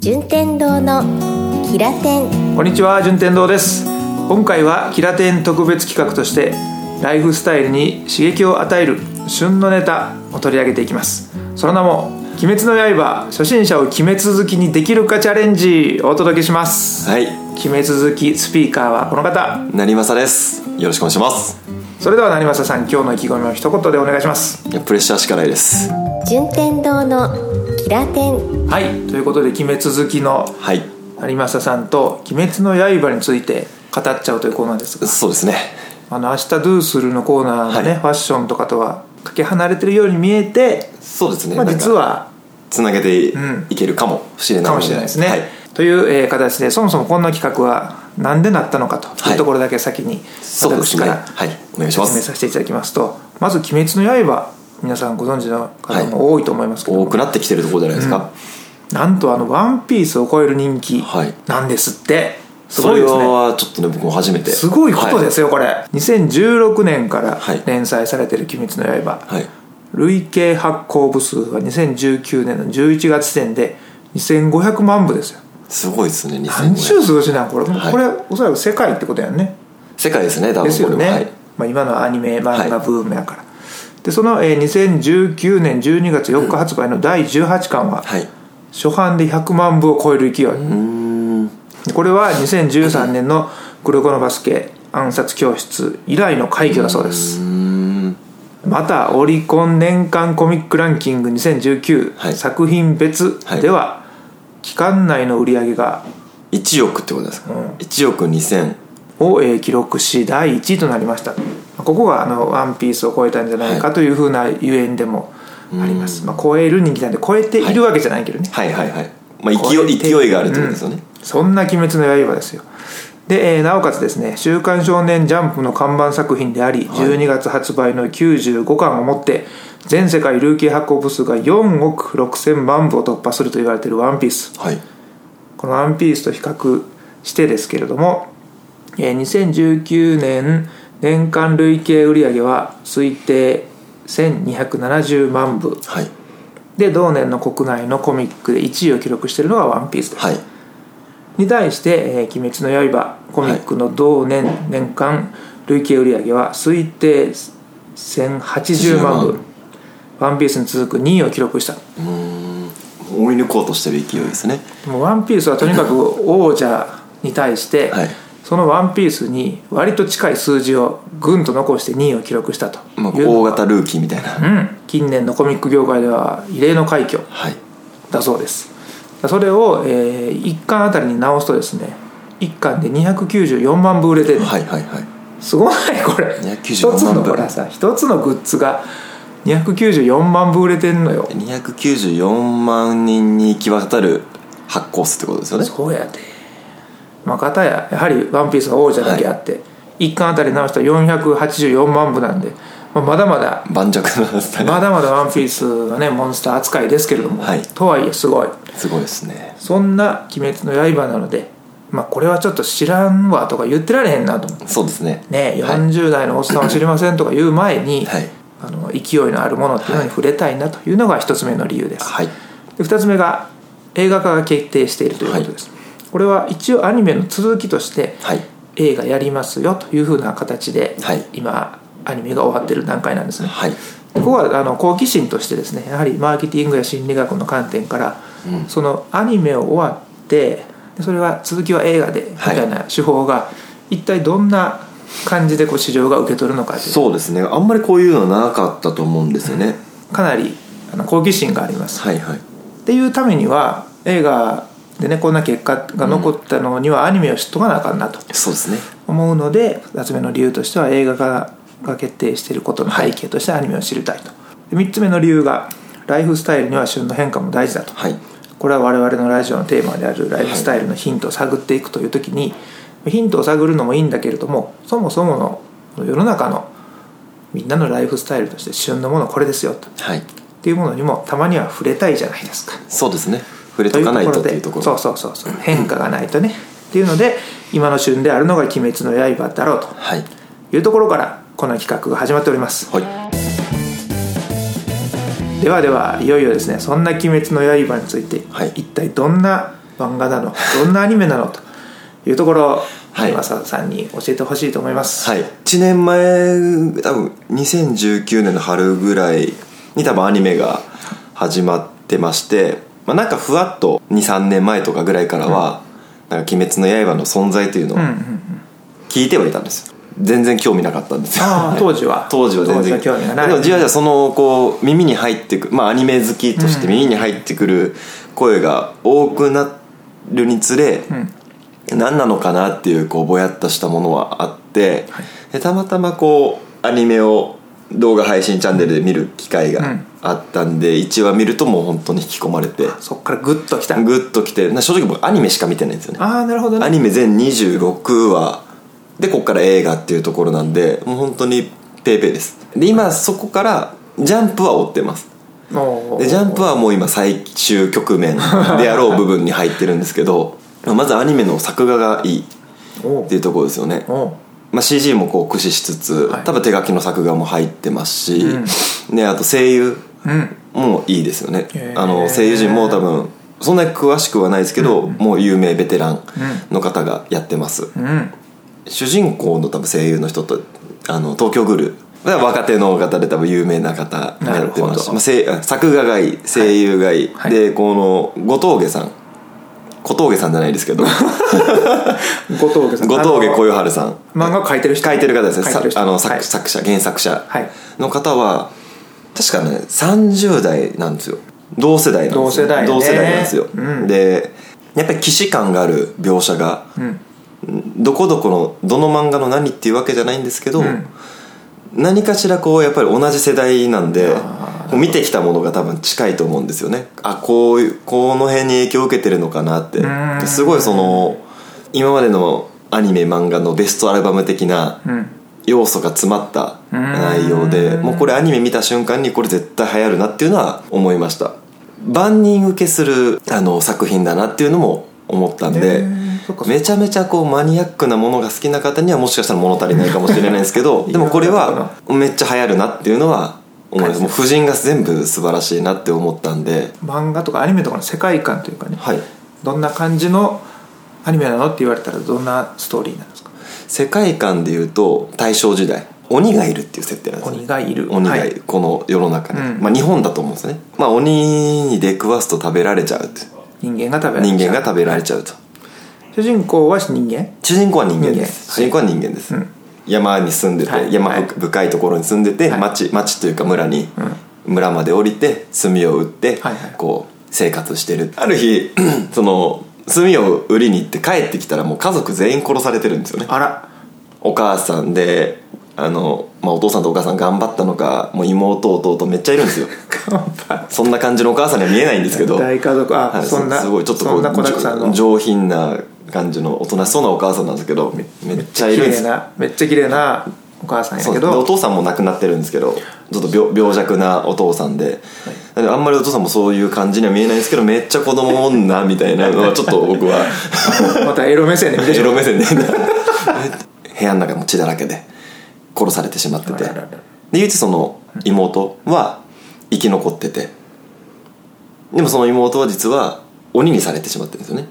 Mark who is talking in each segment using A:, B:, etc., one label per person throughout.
A: 順天堂のキラテン
B: こんにちは順天堂です今回はキラテン特別企画としてライフスタイルに刺激を与える旬のネタを取り上げていきますその名も「鬼滅の刃初心者を鬼滅好きにできるかチャレンジ」をお届けします、
C: はい
B: 鬼滅好きスピーカーはこの方
C: 成政ですよろしくお願いします
B: それでは成政さん今日の意気込みを一言でお願いします
C: いやプレッシャーしかないです
A: 順天堂のキラテン
B: はいということで鬼滅好きの
C: はい
B: 成政さんと「鬼滅の刃」について語っちゃうというコーナーですが
C: そうですね
B: あの「明日ドゥースル」のコーナーがね、
C: はい
B: ファッションとかとはかけ離れてるように見えて、
C: そうですね、
B: まあ、
C: なんか
B: 実は
C: つなげて
B: ん
C: いけるかもしれない
B: かもしれないですね。
C: はい、
B: という、えー形でそもそもこんな企画は何でなったのかとい
C: は
B: う
C: い
B: ところだけ先に
C: そうです
B: 私か
C: ねは
B: ら
C: いお願いしま
B: 説明
C: す
B: させていただきますとまず「鬼滅の刃」皆さんご存知の方も多いと思いますけど、
C: 多くなってきてるところじゃないですか、
B: なんとあの「ワンピースを超える人気
C: はい
B: なんですって、す
C: そ
B: ごい
C: れ
B: ですね。
C: はちょっとね僕も初めて
B: すごいことですよ、これ2016年から
C: はい
B: 連載されてる「鬼滅の刃」
C: はい、はい
B: 累計発行部数は2019年の11月時点で2500万部ですよ
C: すごいですね
B: 何
C: 2005
B: 周
C: 年
B: 数しなんこれ、
C: はい
B: これおそらく世界ってことやんね
C: 世界ですね多分これ
B: ですよね、
C: はい、
B: まあ、今のアニメ漫画
C: は
B: ブームやから、でその、えー2019年12月4日発売の第18巻は、
C: はい、
B: 初版で100万部を超える勢いでこれは2013年の「黒子のバスケ暗殺教室」以来の快挙だそうですまたオリコン年間コミックランキング2019、
C: はい
B: 作品別では、期間内の売り上げが
C: 1億ってことですか、1億2000
B: を、えー記録し第1位となりましたここがあの「ワンピースを超えたんじゃないかというふうなゆえんでもあります、まあ、超える人気なんで超えているわけじゃないけどね、
C: はいはいはい、まあ、勢い勢いがあるってことですよね、
B: そんな「鬼滅の刃」ですよで、えーなおかつですね「週刊少年ジャンプ」の看板作品であり、12月発売の95巻をもって全世界累計発行部数が4億6000万部を突破すると言われている「ワンピース
C: はい
B: この「ワンピースと比較してですけれども、えー2019年年間累計売上は推定1270万部
C: はい
B: で同年の国内のコミックで1位を記録しているのが「ワンピースです
C: はい
B: に対して「えー鬼滅の刃」コミックの同年、年間累計売上は推定1080万部
C: 10万
B: 「ワンピースに続く2位を記録した
C: 追い抜こうとしてる勢いですね
B: もう「ワンピースはとにかく王者に対して、
C: はい
B: その「ワンピースに割と近い数字をぐんと残して2位を記録したと
C: まあ、
B: いう、
C: 大型ルーキーみたいな、
B: うん、近年のコミック業界では異例の快挙
C: はい
B: だそうですそれを、え1巻あたりに直すとですね1巻で294万部売れてる、
C: はいはいはい
B: すごないこれ
C: 294
B: 一つの
C: 万部
B: これさ一つのグッズが294万部売れてんのよ
C: 294万人に行き渡る発行数ってことですよね
B: そうやでまあ方ややはり「ワンピースが王者だけあって、一1巻あたり直したら484万部なんで、まあ、まだまだ
C: 盤石なスタイル
B: まだまだ「ワンピースはねモンスター扱いですけれども、
C: はい
B: とはいえすごい
C: すごいですね
B: そんな「鬼滅の刃」なのでまあこれはちょっと知らんわとか言ってられへんなと思って
C: そうですね
B: ね
C: はい
B: 40代のおっさんを知りませんとか言う前に、
C: はい
B: あの勢いのあるものっていうのに触れたいなというのが一つ目の理由です、
C: はい
B: で2つ目が映画化が決定しているということです、これは一応アニメの続きとして
C: はい
B: 映画やりますよというふうな形で、
C: はい
B: 今アニメが終わってる段階なんですね
C: はい
B: でここはあの好奇心としてですねやはりマーケティングや心理学の観点から、そのアニメを終わってでそれは続きは映画でみ
C: は
B: た
C: い
B: いな手法が、一体どんな感じでこう市場が受け取るのかっていう
C: そうですねあんまりこういうのはなかったと思うんですよね
B: かなりあの好奇心があります
C: はいはい
B: っていうためには映画でねこんな結果が残ったのにはアニメを知っとかなあかんなと
C: そうですね
B: 思うので2つ目の理由としては映画化が決定していることの背景としてアニメを知りたいと3つ目の理由がライフスタイルには旬の変化も大事だと
C: はい
B: これは我々のラジオのテーマであるライフスタイルのヒントを探っていくという時にヒントを探るのもいいんだけれどもそもそもの世の中のみんなのライフスタイルとして旬のものこれですよと
C: はい
B: っていうものにもたまには触れたいじゃないですか
C: そうですね触れとかないとっていうところ
B: そうそうそうそう変化がないとねっていうので今の旬であるのが「鬼滅の刃」だろう
C: はい
B: というところからこの企画が始まっております
C: はい
B: ではではいよいよですねそんな「鬼滅の刃」について、
C: はい
B: 一体どんな漫画な のどんなアニメなのというところを
C: はい
B: 山里さんに教えてほしいと思います、
C: はい、1年前多分2019年の春ぐらいに多分アニメが始まってまして、まあ、なんかふわっと23年前とかぐらいからは「なんか鬼滅の刃」の存在というのを
B: うんうん、
C: 聞いてはいたんですよ全然興味なかったんですよ
B: ああ
C: はい
B: 当時は
C: 当時は全然
B: 当時は興味がない
C: でもじわじわそのこう耳に入ってくまあアニメ好きとして耳に入ってくる声が多くなるにつれ、
B: ん
C: 何なのかなっていうこうぼやっとしたものはあって、でたまたまこうアニメを動画配信チャンネルで見る機会があったんで、一1話見るともう本当に引き込まれて
B: そっからグッときた
C: グッときてな正直僕アニメしか見てないんですよね
B: ああなるほど
C: ア
B: ね
C: ニメ全26話でこっから映画っていうところなんでもう本当にペーペーですで今そこからジャンプは追ってます
B: おー
C: でジャンプはもう今最終局面であろう部分に入ってるんですけどまずアニメの作画がいい
B: お
C: っていうところですよね
B: おお
C: まあ、CG もこう駆使しつつ、
B: はい
C: 多分手書きの作画も入ってますし、ね、あと声優
B: うん
C: もいいですよね、
B: へー
C: あの声優陣も多分そんなに詳しくはないですけど、もう有名ベテランの方がやってます、
B: うん
C: 主人公の多分声優の人とあの東京グルー若手の方で多分有名な方にな
B: な
C: って
B: る
C: ま
B: ほ
C: す
B: ど
C: まあ、せいあ作画がいい声優がいい、
B: はい
C: でこの後峠さん小峠さんじゃないですけ ど
B: 後峠さん
C: 後峠
B: あの
C: 小夜春さん
B: 漫画を描いてる人
C: 書いてる方ですね
B: 描いてる人
C: さあの作,、
B: はい
C: 作者原作者
B: はい
C: の方は確かね30代なんですよ同世代なんですよ
B: 同世代ね
C: 同世代なんですよ、
B: うん
C: でやっぱり既視感がある描写が、
B: ん
C: どこどこのどの漫画の何っていうわけじゃないんですけど、
B: ん
C: 何かしらこうやっぱり同じ世代なんでこう見てきたものが多分近いと思うんですよねあこういうこの辺に影響を受けてるのかなって
B: ん
C: すごいその今までのアニメ漫画のベストアルバム的な
B: うん
C: 要素が詰まった内容でもうこれアニメ見た瞬間にこれ絶対流行るなっていうのは思いました万人受けするあの作品だなっていうのも思ったん
B: へ
C: で
B: ーそっかそっか
C: めちゃめちゃこうマニアックなものが好きな方にはもしかしたら物足りないかもしれないです けどでもこれはめっちゃ流行るなっていうのは思いますもう婦人が全部素晴らしいなって思ったんで
B: 漫画とかアニメとかの世界観というかね
C: はい
B: どんな感じのアニメなのって言われたらどんなストーリーなんですか
C: 世界観でいうと大正時代鬼がいるっていう設定なんですね
B: 鬼がいる
C: 鬼が、
B: はい
C: この世の中に、
B: うん
C: まあ、日本だと思うんですね、まあ、鬼に出くわすと食べられちゃうって
B: 人間が食べられ
C: 人
B: ちゃ
C: 間
B: う
C: が食べられちゃうと
B: 主人公は人間
C: 主人公は人間です
B: 人間
C: 主人公は人間です、
B: うん
C: 山に住んでて、
B: はい
C: 山
B: はい
C: 深深いところに住んでて、
B: はい
C: 町町というか村に、村まで降りて炭を売って、
B: はいはい
C: こう生活してるある日 その炭を売りに行って帰ってきたらもう家族全員殺されてるんですよね
B: あら
C: お母さんであの、まあ、お父さんとお母さん頑張ったのかもう妹弟めっちゃいるん ですよそんな感じのお母さんには見えないんですけ ど、
B: 大家族あ、
C: はい
B: そんな
C: すごいちょっとこ
B: そんな子だくさんの
C: う上品な感じのおとなしそうなお母さんなんですけどめめっちゃいるんです
B: 綺麗なめっちゃ綺麗なお母さんや
C: そう
B: け
C: ですでお
B: ど
C: 父さんも亡くなってるんですけどちょっと病病弱なお父さんで、なんであんまりお父さんもそういう感じには見えないんですけどめっちゃ子供女みたいなのはちょっと僕は
B: またエロ目線で見てし
C: エ
B: まう
C: ロ目線で部屋の中も血だらけで殺されてしま ってて
B: あららら
C: で唯一その妹は生き残っててでもその妹は実は鬼にされてしまってるんですよね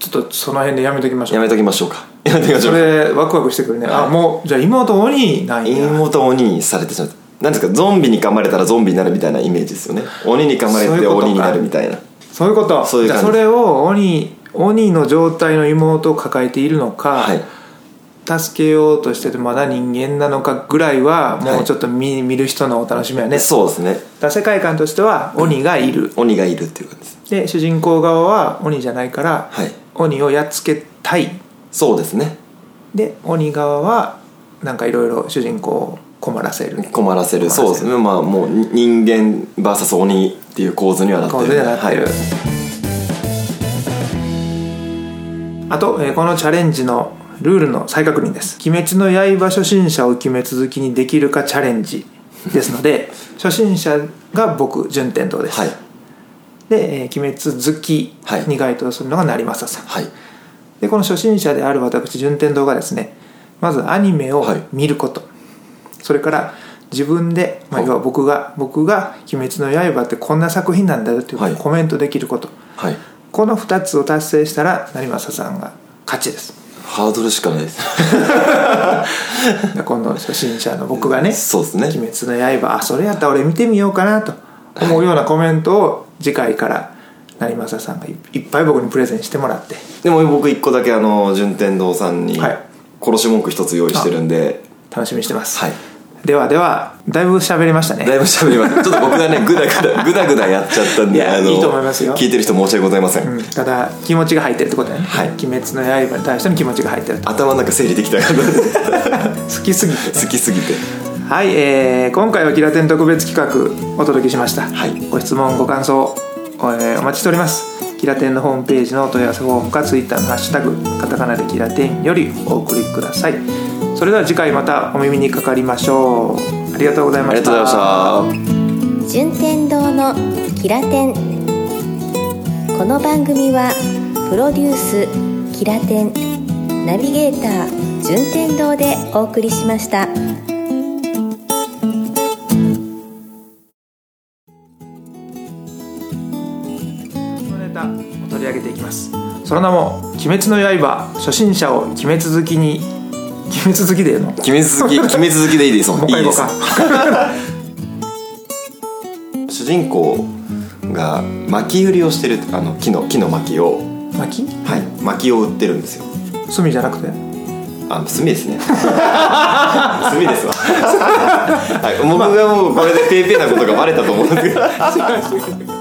B: ちょっとその辺でやめときまし
C: や
B: ょう
C: めときましょうかやめときま し
B: そ
C: ょうか
B: れワクワクしてくるね、あもうじゃあ妹鬼なんや
C: 妹は鬼にされてしまってなんですかゾンビに噛まれたらゾンビになるみたいなイメージですよね鬼に噛まれ
B: そうい
C: て
B: うことか
C: 鬼になるみたいな
B: そういうこと
C: そういう
B: じゃ
C: 感
B: あ
C: じ
B: それを鬼鬼の状態の妹を抱えているのか、
C: はい
B: 助けようとしててまだ人間なのかぐらいはもうちょっと見,、見る人のお楽しみやね
C: ねそうですね
B: だから世界観としては鬼がいる、
C: 鬼がいるっていう感じで
B: で
C: す
B: 主人公側は鬼じゃないから、
C: はい
B: 鬼をやっつけたい
C: そうですね
B: で鬼側はなんかいろいろ主人公を困らせる
C: 困らせる
B: 困らせる
C: そうですねまあもう人間 VS 鬼っていう構図にはなってる
B: 構図にはなってる
C: はい
B: あと、えーこのチャレンジのルールの再確認です「鬼滅の刃」初心者を決め続きにできるかチャレンジですの で初心者が僕順天堂です、
C: はい
B: で、えー鬼滅好き
C: はい
B: に該当するのが成政さん、
C: はい
B: でこの初心者である私順天堂がですねまずアニメを
C: はい
B: 見ること、それから自分で、まあ、
C: はい
B: 要は僕が「僕が鬼滅の刃ってこんな作品なんだよ」っていうことを
C: はい
B: コメントできること、
C: はい
B: この2つを達成したら成政さんが勝ちです
C: ハードルしかないです
B: で今度初心者の僕がね
C: そうですね
B: 鬼滅の刃」あそれやったら俺見てみようかなと思うようなコメントを次回から成政さんがいいっぱい僕にプレゼンしてもらって
C: でも僕一個だけあの順天堂さんに
B: はい
C: 殺し文句一つ用意してるんで、
B: 楽しみにしてます、
C: はい
B: ではではだいぶ喋りましたね
C: だいぶ喋りましたちょっと僕がねグダグダグダグダやっちゃったん
B: い
C: で
B: や
C: あの
B: いいと思いますよ
C: 聞いてる人申し訳ございません、
B: うんただ気持ちが入ってるってことだね「
C: はい
B: 鬼滅の刃」に対しての気持ちが入ってると
C: 頭の中整理できたから
B: 好きすぎて、ね、
C: 好きすぎて
B: はい、えー今回はキラテン特別企画お届けしました、
C: はい
B: ご質問ご感想、えーお待ちしておりますキラテンのホームページのお問い合わせフォームかツイッターのハッシュタグカタカナでキラテンよりお送りくださいそれでは次回またお耳にかかりましょうありがとうござい
C: あ
B: ま
C: り
B: し
C: がとうございましたた
A: 順天堂のキラテンこの番組はプロデュースキラテンナビゲーター順天堂でお送りしました。
B: のネタを取り上げていきますその名も「鬼滅の刃」初心者を鬼滅好きに鬼滅好きでの
C: 決め続き決め続きでいいですも
B: も
C: ん
B: う一
C: い
B: 回
C: い
B: 行こ
C: で
B: う
C: す
B: か
C: 主人公が薪売りをしてるあの木の木の薪を
B: 巻き
C: はい薪を売ってるんですよ
B: 炭じゃなくて
C: あ炭で すね炭ですわ、はい、僕がもうこれでペーペーなことがバレたと思うんですけど
B: 違う違う